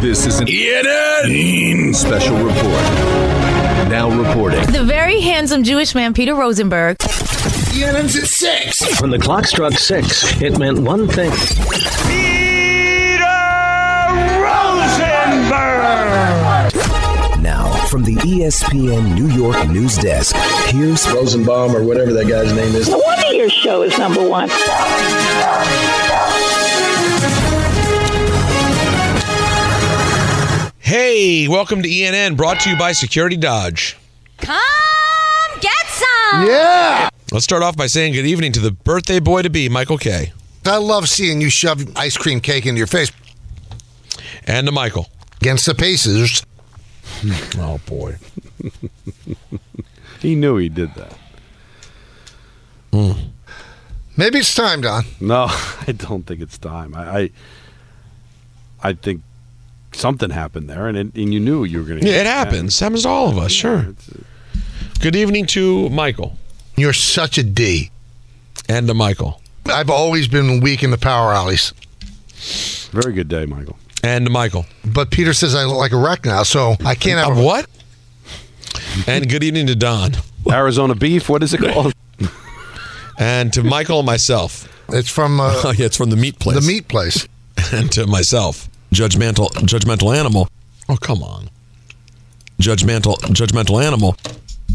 This is an ENN special report. Now reporting. The very handsome Jewish man, Peter Rosenberg. ENN's at 6. When the clock struck six, it meant one thing. Now, from the E ESPN New York news desk, here's Rosenbaum or whatever that guy's name is. No wonder your show is number one. Hey, welcome to ENN, brought to you by Security Dodge. Come get some! Yeah. Let's start off by saying good evening to the birthday boy to be, Michael K. I love seeing you shove ice cream cake into your face And to Michael. against the Pacers. Oh, boy. He knew he did that. Maybe it's time, Don. No, I don't think it's time. I, I, I think something happened there, and it, and you knew you were going to. Yeah, it happens. Happens to all of us, sure. Good evening to Michael You're such a D. and to Michael I've always been weak in the power alleys. Very good day, Michael. and to Michael. But Peter says I look like a wreck now, so I can't have Uh, a what? and good evening to Don Arizona beef. What is it called? and to Michael and myself. It's from Oh, uh, yeah, it's from the meat place. the meat place. and to myself. Judgmental, judgmental animal. Oh, come on. Judgmental, judgmental animal.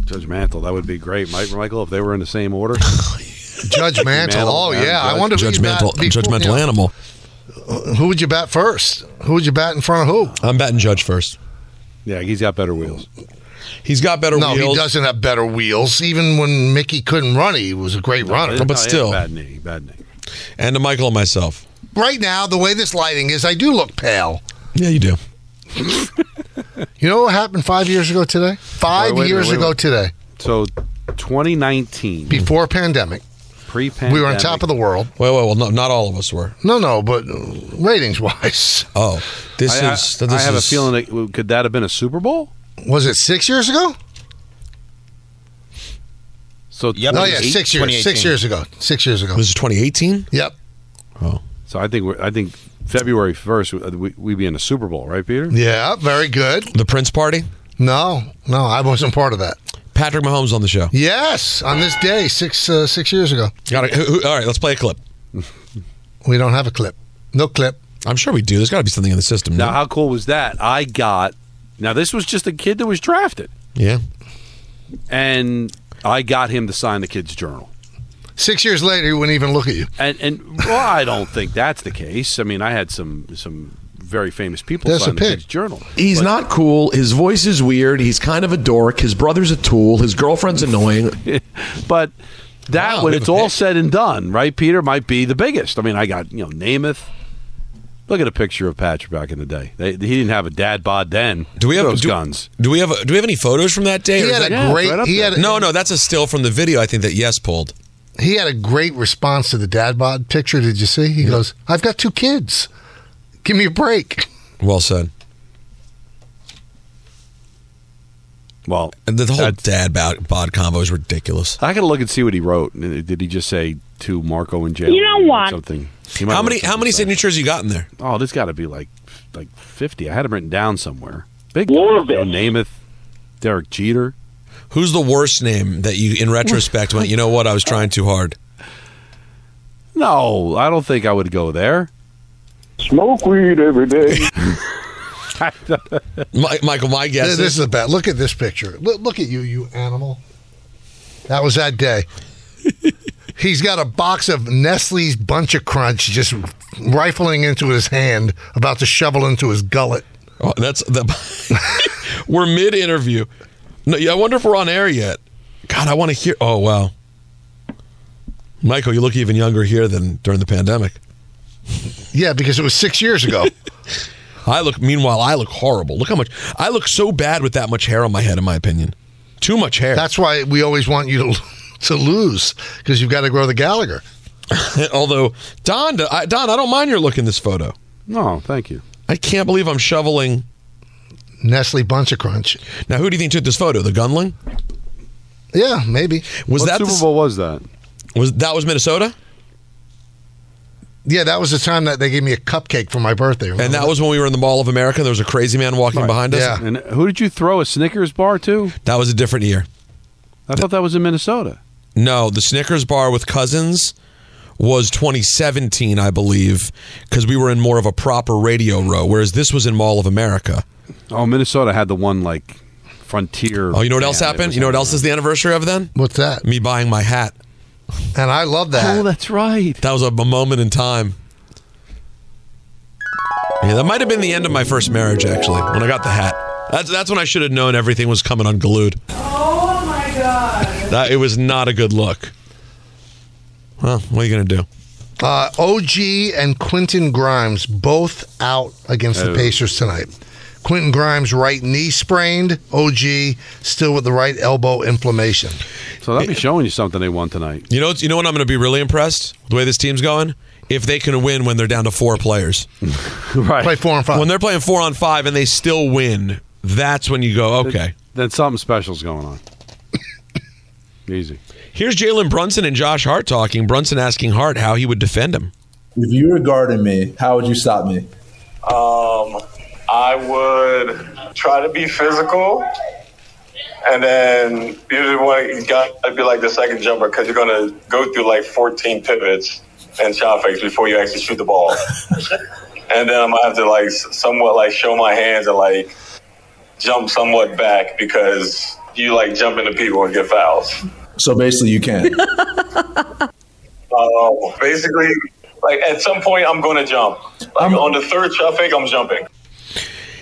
Judge Mantle. That would be great, Mike, Michael, if they were in the same order. Judge Mantle. Oh, Mantle, yeah. I Judge- wonder who you bat Judgmental, before- judgmental yeah. animal. Who would you bat first? Who would you bat in front of who? I'm batting Judge first. yeah, he's got better wheels. He's got better No, wheels. he doesn't have better wheels. Even when Mickey couldn't run, he was a great runner. No, he had still. Oh, bad knee. Bad knee. And to Michael and myself. Right now, the way this lighting is, I do look pale. Yeah, you do. You know what happened five years ago today? Five Wait, wait a years minute, wait ago a minute. So, today, 2019 before pandemic, pre-pandemic. we were on top of the world. Well, well, well. No, not all of us were. No, no, but ratings wise, Oh, this I, I- is. I This have is- a feeling that could that have been a Super Bowl? was it six years ago? So Yep. Oh yeah, 2018. six years. Six years ago. Six years ago. This is 2018. Yep. So I think we're, I think February first uh, we we be in a Super Bowl, right, Peter? Yeah. Very good. The Prince Party. No, no, I wasn't part of that. Patrick Mahomes on the show. Yes, on this day, six uh, six years ago. Got it. Who- who- All right, let's play a clip. We don't have a clip. No clip. I'm sure we do. There's got to be something in the system. Now no? how cool was that? I got now this was just a kid that was drafted, yeah. and I got him to sign the kid's journal. Six years later, he wouldn't even look at you. And and well, I don't think that's the case. I mean, I had some some very famous people That's sign a the pig. kid's journal. He's But not cool. His voice is weird. He's kind of a dork. His brother's a tool. His girlfriend's annoying. but that Wow. when it's all said and done, right, Peter might be the biggest. I mean, I got you know Namath. Look at a picture of Patrick back in the day. They, he didn't have a dad bod then. Do we have those do, guns? Do we have Do we have any photos from that day? He or is had a that- yeah, great. right up he had a, no, no. That's a still from the video. I think that yes pulled. he had a great response to the dad bod picture. Did you see? He goes, "I've got two kids. Give me a break." Well said. Well, And the, the whole That's- dad bod, bod combo is ridiculous. I gotta look and see what he wrote. uh, Did he just say to Marco and jail? You know or what? Something. He might How have many wrote How many something back. signatures you got in there? Oh, there's got to be like like fifty. I had them written down somewhere. Big Lord, Joe bitch. Namath, Derek Jeter. Who's the worst name that you, in retrospect, went? You know what? I was trying too hard. No, I don't think I would go there. Smoke weed every day. Mi- Michael, my guess This, is, this is a bad. Look at this picture. Look, look at you, you animal. That was that day. He's got a box of Nestle's Bunch of Crunch just rifling into his hand, about to shovel into his gullet. oh, that's the. we're mid interview. No, yeah, I wonder if we're on air yet. God, I want to hear. Oh wow, Michael, you look even younger here than during the pandemic. Yeah, because it was six years ago. I look. Meanwhile, I look horrible. Look how much I look so bad with that much hair on my head. In my opinion, too much hair. That's why we always want you to to lose because you've got to grow the Gallagher. Although Don, I, Don, I don't mind your look in this photo. No, thank you. I can't believe I'm shoveling. Nestle Bunch of Crunch. Now, who do you think took this photo? The gunling? Yeah, maybe. Was what that Super the- Bowl was that? was that was Minnesota? Yeah, that was the time that they gave me a cupcake for my birthday. And that was when we were in the Mall of America. There was a crazy man walking behind us. Yeah. And who did you throw a Snickers bar to? That was a different year. I thought that was in Minnesota. No, the Snickers bar with cousins was 2017, I believe, because we were in more of a proper radio row, whereas this was in Mall of America. Oh, Minnesota had the one like frontier. Oh, you know what else happened? You know what else is the anniversary of then? What's that? Me buying my hat. And I love that. Oh, that's right. That was a, a moment in time. Yeah, that might have been the end of my first marriage, actually, when I got the hat. That's, that's when I should have known everything was coming unglued. Oh my god. That, it was not a good look. Well, what are you going to do? Uh, OG and Quentin Grimes both out against the Oh. Pacers tonight. Quentin Grimes' right knee sprained. OG still with the right elbow inflammation. So that'd be showing you something they won tonight. You know, you know what? I'm going to be really impressed with the way this team's going. If they can win when they're down to four players, right. Play four and five. when they're playing four on five and they still win, that's when you go, okay. Then something special's going on. Easy. Here's Jalen Brunson and Josh Hart talking. Brunson asking Hart how he would defend him. If you were guarding me, how would you stop me? Um, I would try to be physical, and then you just want to, you got to be like the second jumper because you're gonna go through like 14 pivots and shot fakes before you actually shoot the ball, and then I'm gonna have to like s- somewhat like show my hands and like jump somewhat back because you like jump into people and get fouls. So basically, you can. Um, basically, like at some point I'm gonna jump. Like on the third shot fake, I'm jumping.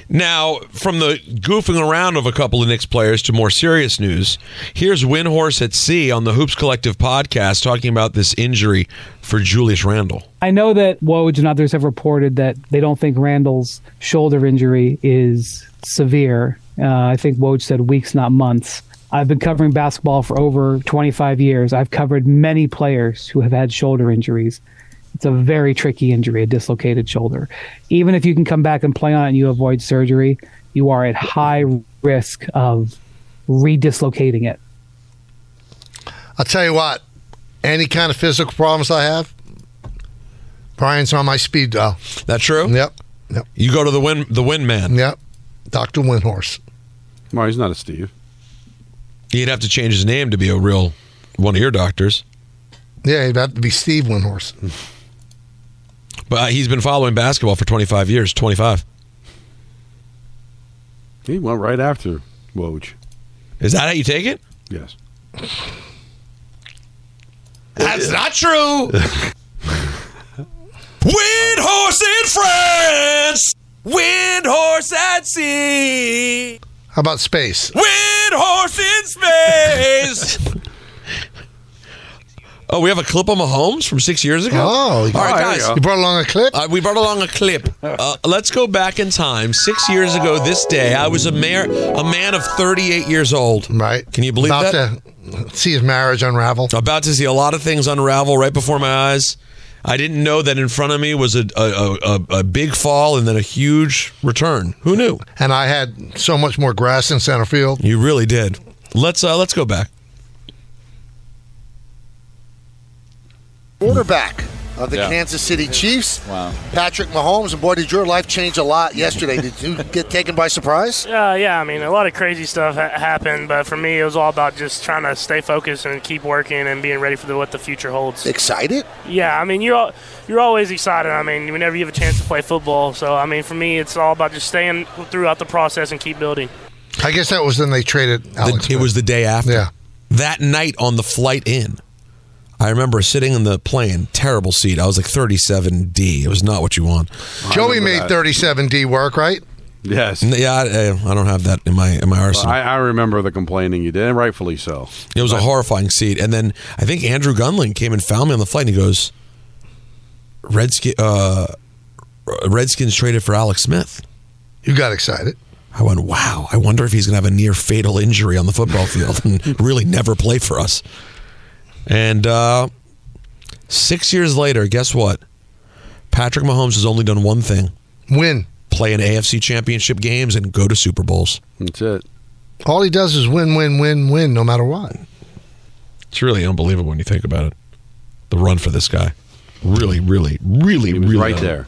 Now, from the goofing around of a couple of Knicks players to more serious news, here's Windhorse at Sea on the Hoops Collective podcast talking about this injury for Julius Randle. I know that Woj and others have reported that they don't think Randall's shoulder injury is severe. Uh, I think Woj said weeks, not months. I've been covering basketball for over 25 years. I've covered many players who have had shoulder injuries. It's a very tricky injury, a dislocated shoulder. Even if you can come back and play on it and you avoid surgery, you are at high risk of redislocating it. I'll tell you what, any kind of physical problems I have, Brian's on my speed dial. That true? Yep. Yep. You go to the wind, the wind man. Yep. Dr. Windhorse. Well, he's not a Steve. He'd have to change his name to be a real one of your doctors. Yeah, he'd have to be Steve Windhorse. But he's been following basketball for 25 years. 25. He went right after Woj. Is that how you take it? Yes. That's not true. Wind horse in France. Wind horse at sea. How about space? Wind horse in space. oh, we have a clip of Mahomes from six years ago. Oh, all right, guys. You brought along a clip? Uh, we brought along a clip. Uh, let's go back in time. Six years ago this day, I was a mayor, a man of 38 years old. Right. Can you believe About that? to see his marriage unravel. About to see a lot of things unravel right before my eyes. I didn't know that in front of me was a a, a, a- a big fall and then a huge return. Who knew? And I had so much more grass in center field. You really did. Let's uh, let's go back. quarterback of the Yeah. Kansas City Chiefs, Patrick Mahomes. And boy, did your life change a lot yesterday. did you get taken by surprise? Yeah, Uh, yeah. I mean, a lot of crazy stuff ha- happened, but for me, it was all about just trying to stay focused and keep working and being ready for the, what the future holds. Excited? Yeah, I mean, you're al- you're always excited. I mean, whenever you have a chance to play football, so I mean, for me, it's all about just staying throughout the process and keep building. I guess that was then they traded Alex. it was the day after. Yeah. That night on the flight in, I remember sitting in the plane, terrible seat. I was like 37D. It was not what you want. Joey made 37D work, right? Yes. N- Yeah, I, I- I don't have that in my in my arsenal. I, I remember the complaining you did, and rightfully so. It was a horrifying seat. And then I think Andrew Gunling came and found me on the flight and he goes, Redskin, uh, Redskins traded for Alex Smith. You got excited. I went, wow, I wonder if he's going to have a near fatal injury on the football field and really never play for us. And uh, six years later, guess what? Patrick Mahomes has only done one thing win, play in AFC championship games, and go to Super Bowls. That's it. All he does is win, win, win, win, no matter what. It's really unbelievable when you think about it. The run for this guy. Really, really, really, really right there.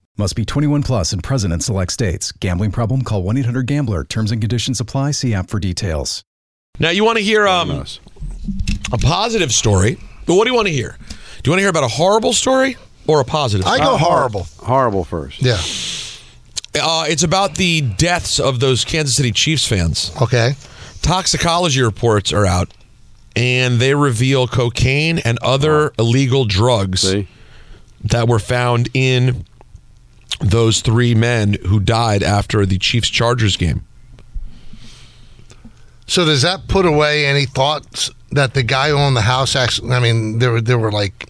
Must be 21 plus and present in select states. Gambling problem? Call 1 800 GAMBLER. Terms and conditions apply. See app for details. Now you want to hear um, a positive story, but what do you want to hear? Do you want to hear about a horrible story or a positive? I go Uh, horrible. Horrible first. Yeah. Uh, it's about the deaths of those Kansas City Chiefs fans. Okay. Toxicology reports are out, and they reveal cocaine and other illegal drugs that were found in those three men who died after the Chiefs Chargers game. So does that put away any thoughts that the guy who owned the house actually? I mean, there were there were like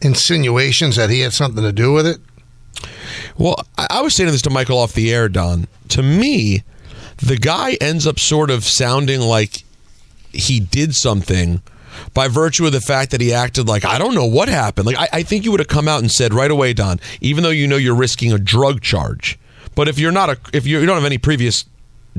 insinuations that he had something to do with it. Well, I, I was saying this to Michael off the air, Don. To me, the guy ends up sort of sounding like he did something by virtue of the fact that he acted like I don't know what happened. Like I, I think you would have come out and said right away, Don, even though you know you're risking a drug charge. But if you're not a if you you don't have any previous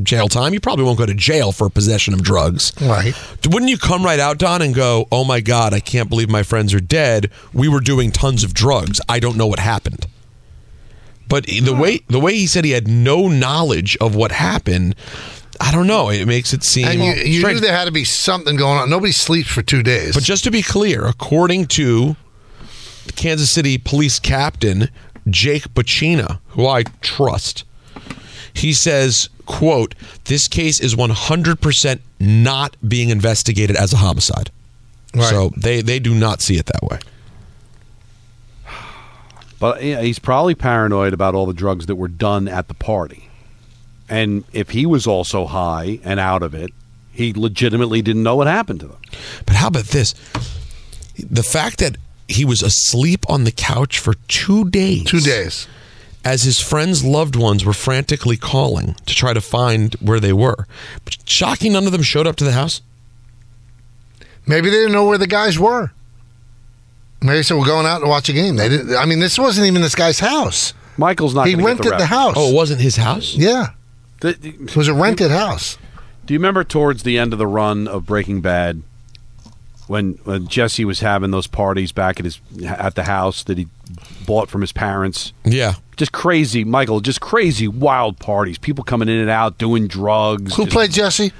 jail time, you probably won't go to jail for possession of drugs. Right. Wouldn't you come right out, Don, and go, Oh my God, I can't believe my friends are dead. We were doing tons of drugs. I don't know what happened. But the Hmm. way the way he said he had no knowledge of what happened, I don't know. It makes it seem And you, you knew strange. there had to be something going on. Nobody sleeps for two days. But just to be clear, according to the Kansas City police captain Jake Bacina, who I trust, he says, quote, this case is 100% not being investigated as a homicide. So they, they do not see it that way. But yeah, he's probably paranoid about all the drugs that were done at the party. And if he was also high and out of it, he legitimately didn't know what happened to them. But how about this? The fact that he was asleep on the couch for two days. Two days. As his friends' loved ones were frantically calling to try to find where they were. Shocking, none of them showed up to the house. Maybe they didn't know where the guys were. Maybe they said we're going out to watch a game. They didn't. I mean, this wasn't even this guy's house. Michael's not He gonna get rented the the, rap. house. Oh, it wasn't his house. Yeah. The- It was a rented house. Do you remember towards the end of the run of Breaking Bad when, when Jesse was having those parties back at his at the house that he bought from his parents? Yeah. Just crazy, Michael, just crazy wild parties. People coming in and out doing drugs. Who just- played Jesse?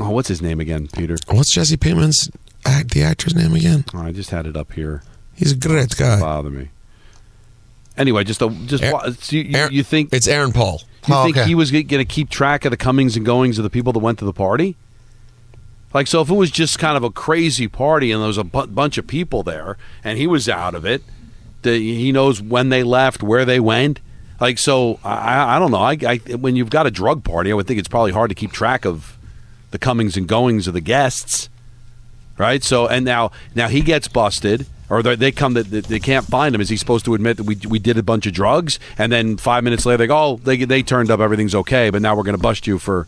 Oh, what's his name again, Peter? What's Jesse Pinkman's act, the actor's name again? Oh, I just had it up here. He's a great guy. Doesn't bother me. Anyway, just a, just wa- so you, you- you think it's Aaron Paul? You Oh, think okay. he was going to keep track of the comings and goings of the people that went to the party? Like, so if it was just kind of a crazy party and there was a bu- bunch of people there, and he was out of it, the, he knows when they left, where they went. Like, so I- I, I don't know. I, I when you've got a drug party, I would think it's probably hard to keep track of the comings and goings of the guests right? So and now now he gets busted, or they, they come that that they can't find him. Is he supposed to admit that we we did a bunch of drugs? And then five minutes later, they go, oh, they they turned up, everything's okay, but now we're going to bust you for.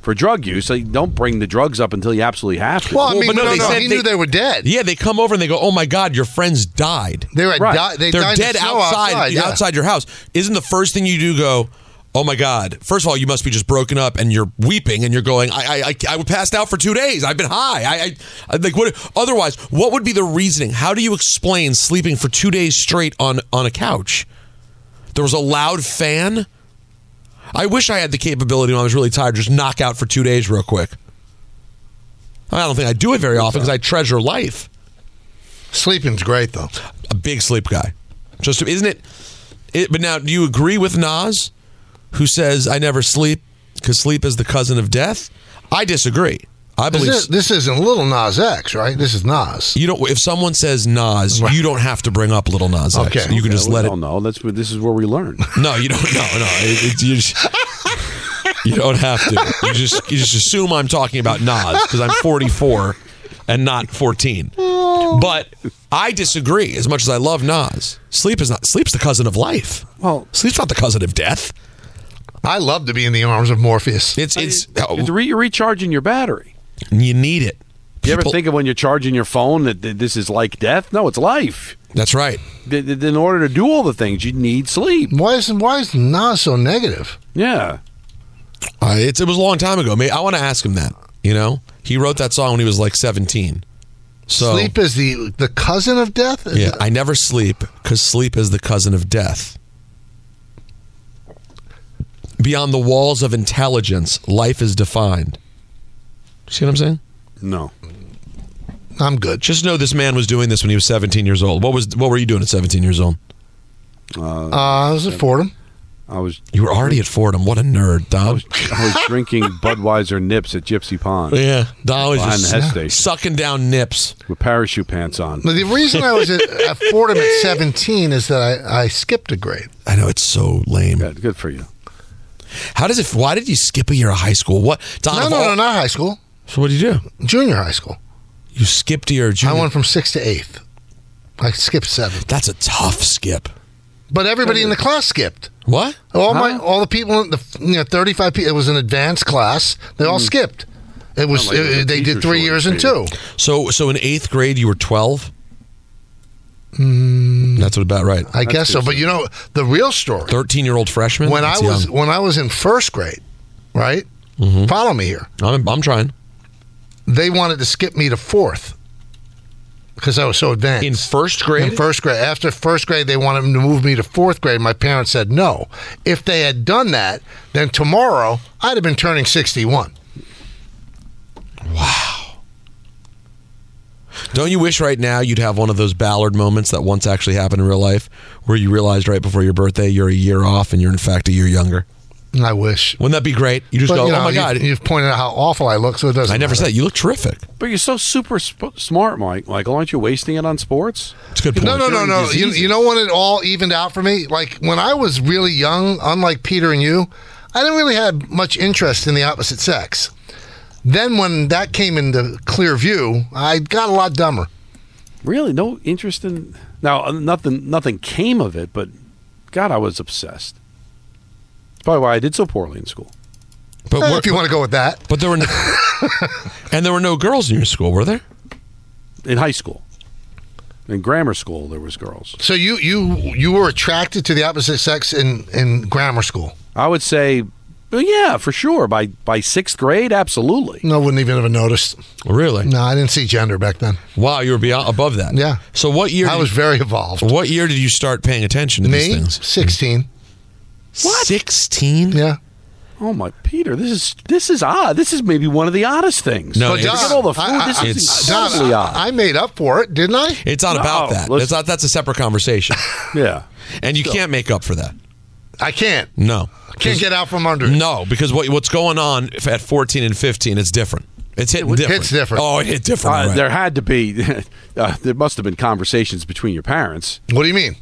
For drug use, so you don't bring the drugs up until you absolutely have to. Well, I mean, no, no, he knew they were dead. Yeah, they come over and they go, "Oh my God, your friends died." They were Right. di- they are died in dead the snow outside, outside, yeah. outside your house. Isn't the first thing you do go? Oh my God! First of all, you must be just broken up, and you're weeping, and you're going, "I, I, I, I passed out for two days. I've been high. I, I, I like what? Otherwise, what would be the reasoning? How do you explain sleeping for two days straight on on a couch? There was a loud fan. I wish I had the capability when I was really tired, just knock out for two days real quick. I don't think I do it very often because I treasure life. Sleeping's great though. A big sleep guy. Just isn't it? it but now, do you agree with Nas, who says I never sleep because sleep is the cousin of death? I disagree. I believe This, is, this isn't Little Nas X, right? This is Nas. you don't. If someone says Nas, you don't have to bring up Little Nas. X. Okay. you can Okay, just we let it. Oh no, that's what- this is where we learn. No, you don't. No, no. It, it's you, just, you don't have to. You just you just assume I'm talking about Nas because I'm 44 and not 14. But I disagree. As much as I love Nas, sleep is not sleep's the cousin of life. Well, sleep's not the cousin of death. I love to be in the arms of Morpheus. It's it's oh, It's re- you're recharging your battery. You need it. You ever People- think of when you're charging your phone that th- this is like death? No, it's life. That's right. in order to do all the things, you need sleep. Why is why is Nas so negative? Yeah. Uh, it's, it was a long time ago. May I want to ask him that. You know, he wrote that song when he was like 17. So Sleep is the the cousin of death. yeah, I never sleep because sleep is the cousin of death. Beyond the walls of intelligence, life is defined. See what I'm saying? No. I'm good. Just know this man was doing this when he was 17 years old. What was what were you doing at 17 years old? Uh, I was at Fordham. I was. You were already at Fordham. What a nerd, Dom. I was drinking Budweiser nips at Gypsy Pond. yeah, Dom was Behind just the Hess station. sucking down nips with parachute pants on. But the reason I was at, at Fordham at 17 is that I, I skipped a grade. I know it's so lame. Good, good for you. How does it? Why did you skip a year of high school? What? Don, No, of no, all- no, not high school. So what did you do? Junior high school. You skipped a year. of Junior. I went from sixth to eighth. I skipped seven. That's a tough skip. But everybody in the class skipped. What? All my all the people, in the you know, 35 people. It was an advanced class. They all skipped. It was Sound Hmm. like it was a they teacher did shortage, three years and two. maybe. So so in eighth grade you were 12. Mm, That's what about right. I guess so. But you know the real story. 13 year old freshman. When I That's was young. Mm-hmm. when I was in first grade, right? Follow me here. I'm, I'm trying. They wanted to skip me to fourth because I was so advanced. In first grade? In first grade. After first grade, they wanted to move me to fourth grade. My parents said no. If they had done that, then tomorrow I'd have been turning 61. Don't you wish right now you'd have one of those Ballard moments that once actually happened in real life where you realized right before your birthday you're a year off and you're in fact a year younger? I wish. Wouldn't that be great? You just But, go, you oh know, my you- God. You've pointed out how awful I look, so it doesn't I never matter. said that. You look terrific. But you're so super sp- smart, Mike. Michael, aren't you wasting it on sports? It's a good No, no, no, no. You, you know when it all evened out for me? Like when I was really young, unlike Peter and you, I didn't really have much interest in the opposite sex. Then when that came into clear view, I got a lot dumber. Really, no interest in now. uh, Nothing, nothing came of it. But God, I was obsessed. That's probably why I did so poorly in school. But Eh, what- if you want to go with that, But there were no, and there were no girls in your school, were there? In high school, in grammar school, there was girls. so you you you were attracted to the opposite sex in in grammar school. I would say, well, yeah, for sure. By by sixth grade, absolutely. No, wouldn't even have noticed. Really? No, I didn't see gender back then. Wow, you were beyond above that. Yeah. So what year? I did- was very evolved. What year did you start paying attention to these Me, things? sixteen. What? Sixteen? Yeah. Oh my, Peter, this is this is odd. This is maybe one of the oddest things. No, Look it's- at all the food. I- this I- is Don, incredibly odd. I made up for it, didn't I? It's not No, about that. listen. It's not, that's a separate conversation, yeah, and you can't make up for that. I can't. No, Can't get out from under it. no, because what, what's going on f- at fourteen and fifteen is different. It's hitting It different. hits different. Oh, it hit different. Uh, all right. There had to be. Uh, there must have been conversations between your parents. What do you mean?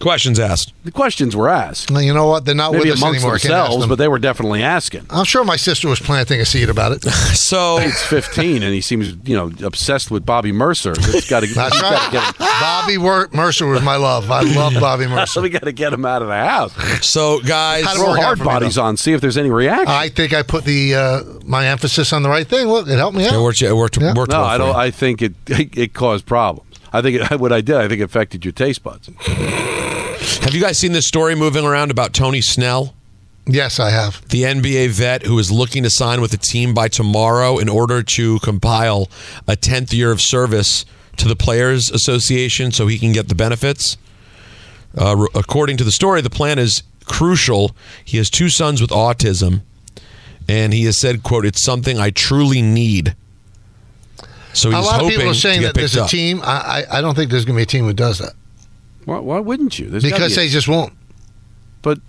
Questions asked. The questions were asked, Well, you know what? They're not maybe with us amongst anymore. I can't ask themselves, them. but they were definitely asking. I'm sure my sister was planting a seed about it. So It's fifteen, and he seems you know obsessed with Bobby Mercer. That's got to That's right. get him. Bobby Wor- Mercer was my love. I love Bobby Mercer. we got to get him out of the house. so guys, How do Throw work out hard for me, bodies though. on. See if there's any reaction. I think I put the uh, my emphasis on the right thing. Look, it helped me out. it worked. It worked. Yeah. worked no, well I for don't. you. I think it, it caused problems. I think it, what I did. I think it affected your taste buds. Have you guys seen this story moving around about Tony Snell? Yes, I have. the NBA vet who is looking to sign with a team by tomorrow in order to compile a 10th year of service to the Players Association so he can get the benefits. Uh, re- according to the story, the plan is crucial. He has two sons with autism, and he has said, "quote It's something I truly need." So a he's lot of hoping people are to saying get that there's picked a up. team. I, I, I don't think there's going to be a team who does that Why, why wouldn't you? There's gotta because be a- they just won't. But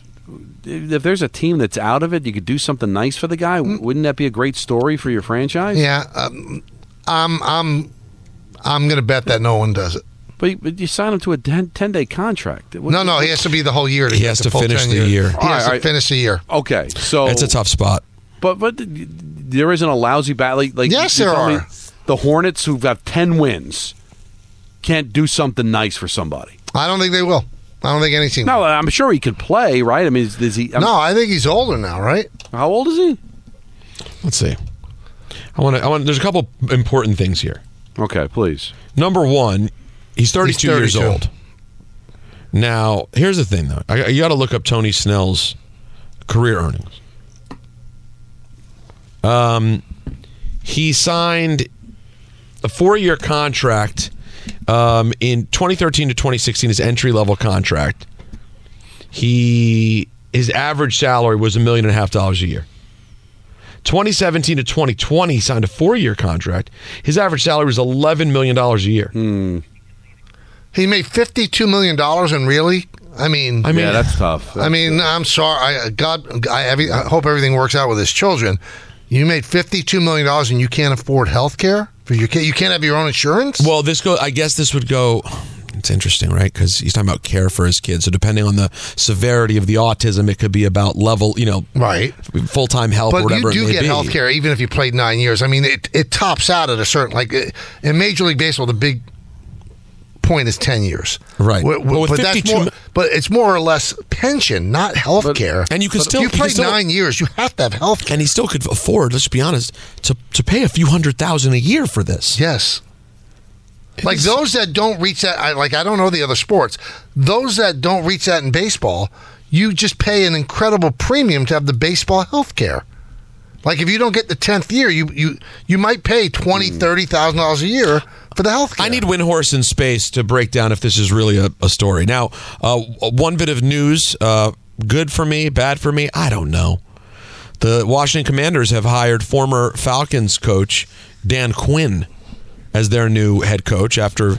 if there's a team that's out of it, you could do something nice for the guy. W Wouldn't that be a great story for your franchise? Mm. Yeah, um, I'm I'm I'm going to bet that no one does it. But, you- but you sign him to a 10, day contract. What- No, no, he has to be the whole year. To He get has the to full finish 10 the years. year. He All has right, all to right. finish the year. Okay, so It's a tough spot. But but there isn't a lousy bat like, like Yes, you there tell me are. the Hornets who've got ten wins. can't do something nice for somebody? I don't think they will. I don't think any team. No, I'm sure he could play, right? I mean, is, is he? I'm- No, I think he's older now, right? How old is he? Let's see. I want to. I want. There's a couple important things here. Okay, please. Number one, he's 32, He's years 32. old. Now, here's the thing, though. I, you got to look up Tony Snell's career earnings. Um, he signed a four-year contract um, in 2013 to 2016. His entry-level contract. He his average salary was a million and a half dollars a year. 2017 to 2020, he signed a four year contract. His average salary was $11 million a year. He made fifty-two million dollars, and really, I mean, I mean- Yeah, that's tough. I mean, I'm sorry. I, God, I, every, I hope everything works out with his children. You made fifty-two million dollars, and you can't afford health care for your kid. You can't have your own insurance. Well, this go. I guess this would go. It's interesting, right? Because he's talking about care for his kids. So depending on the severity of the autism, it could be about level, you know, right, full time help or but whatever you it do may get be. health care even if you played nine years. I mean, it it tops out at a certain like uh, in Major League Baseball. The big point is ten years, Right. W- w- But with but that's 52 more. But it's more or less pension, not health care. And you can But still if you can play still- nine years. You have to have health. And he still could afford. Let's be honest to to pay a few hundred thousand a year for this. Yes. Like those that don't reach that, I, like I don't know the other sports. Those that don't reach that in baseball, you just pay an incredible premium to have the baseball health care. Like if you don't get the tenth year, you you you might pay twenty thirty thousand dollars a year for the health care. Hmm. I need Windhorse in space to break down if this is really a, a story. Now, uh, one bit of news, uh, good for me, bad for me, I don't know. The Washington Commanders have hired former Falcons coach Dan Quinn as their new head coach after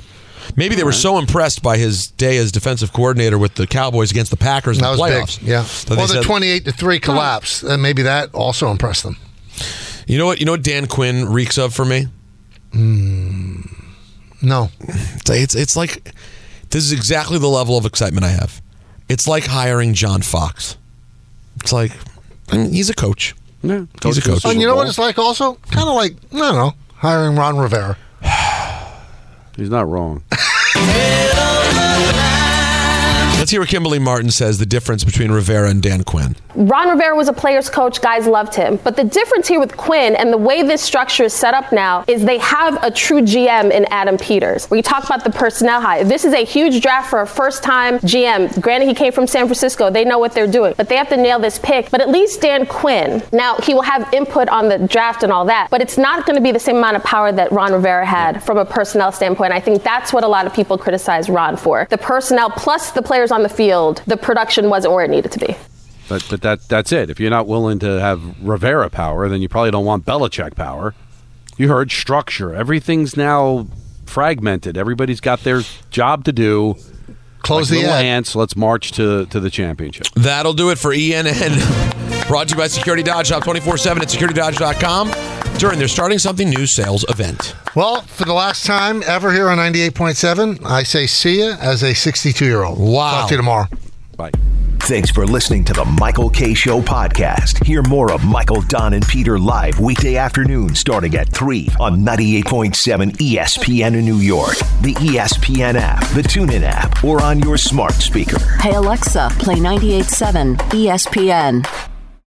maybe they were so impressed by his day as defensive coordinator with the Cowboys against the Packers in that the was playoffs. big. Yeah. that they well, the said- twenty-eight to three collapse, and maybe that also impressed them. You know what? You know what Dan Quinn reeks of for me? No, it's it's, it's like this is exactly the level of excitement I have. It's like hiring John Fox. It's like I mean, he's a coach. Yeah, he's a coach. And Oh, you know what it's like? Also, kind of like I don't know, hiring Ron Rivera. He's not wrong. Let's hear what Kimberly Martin says. The difference between Rivera and Dan Quinn. Ron Rivera was a player's coach. Guys loved him. But the difference here with Quinn and the way this structure is set up now is they have a true GM in Adam Peters. We talk about the personnel hire. This is a huge draft for a first time GM. Granted, he came from San Francisco. They know what they're doing, but they have to nail this pick. But at least Dan Quinn, now he will have input on the draft and all that, but it's not going to be the same amount of power that Ron Rivera had from a personnel standpoint. I think that's what a lot of people criticize Ron for. The personnel plus the players on the field, the production wasn't where it needed to be. But but that that's it. If you're not willing to have Rivera power, then you probably don't want Belichick power. You heard structure. Everything's now fragmented. Everybody's got their job to do. Close like the little ad. ants. Let's march to to the championship. That'll do it for ENN. Brought to you by Security Dodge. Shop 24 7 at securitydodge.com during their Starting Something New sales event. Well, for the last time ever here on 98.7, I say see ya as a 62 year old. Wow. Talk to you tomorrow. Bye. Thanks for listening to the Michael K. Show podcast. Hear more of Michael, Don, and Peter live weekday afternoon starting at 3 on 98.7 ESPN in New York, the E ESPN app, the TuneIn app, or on your smart speaker. Hey Alexa, play 98.7 ESPN.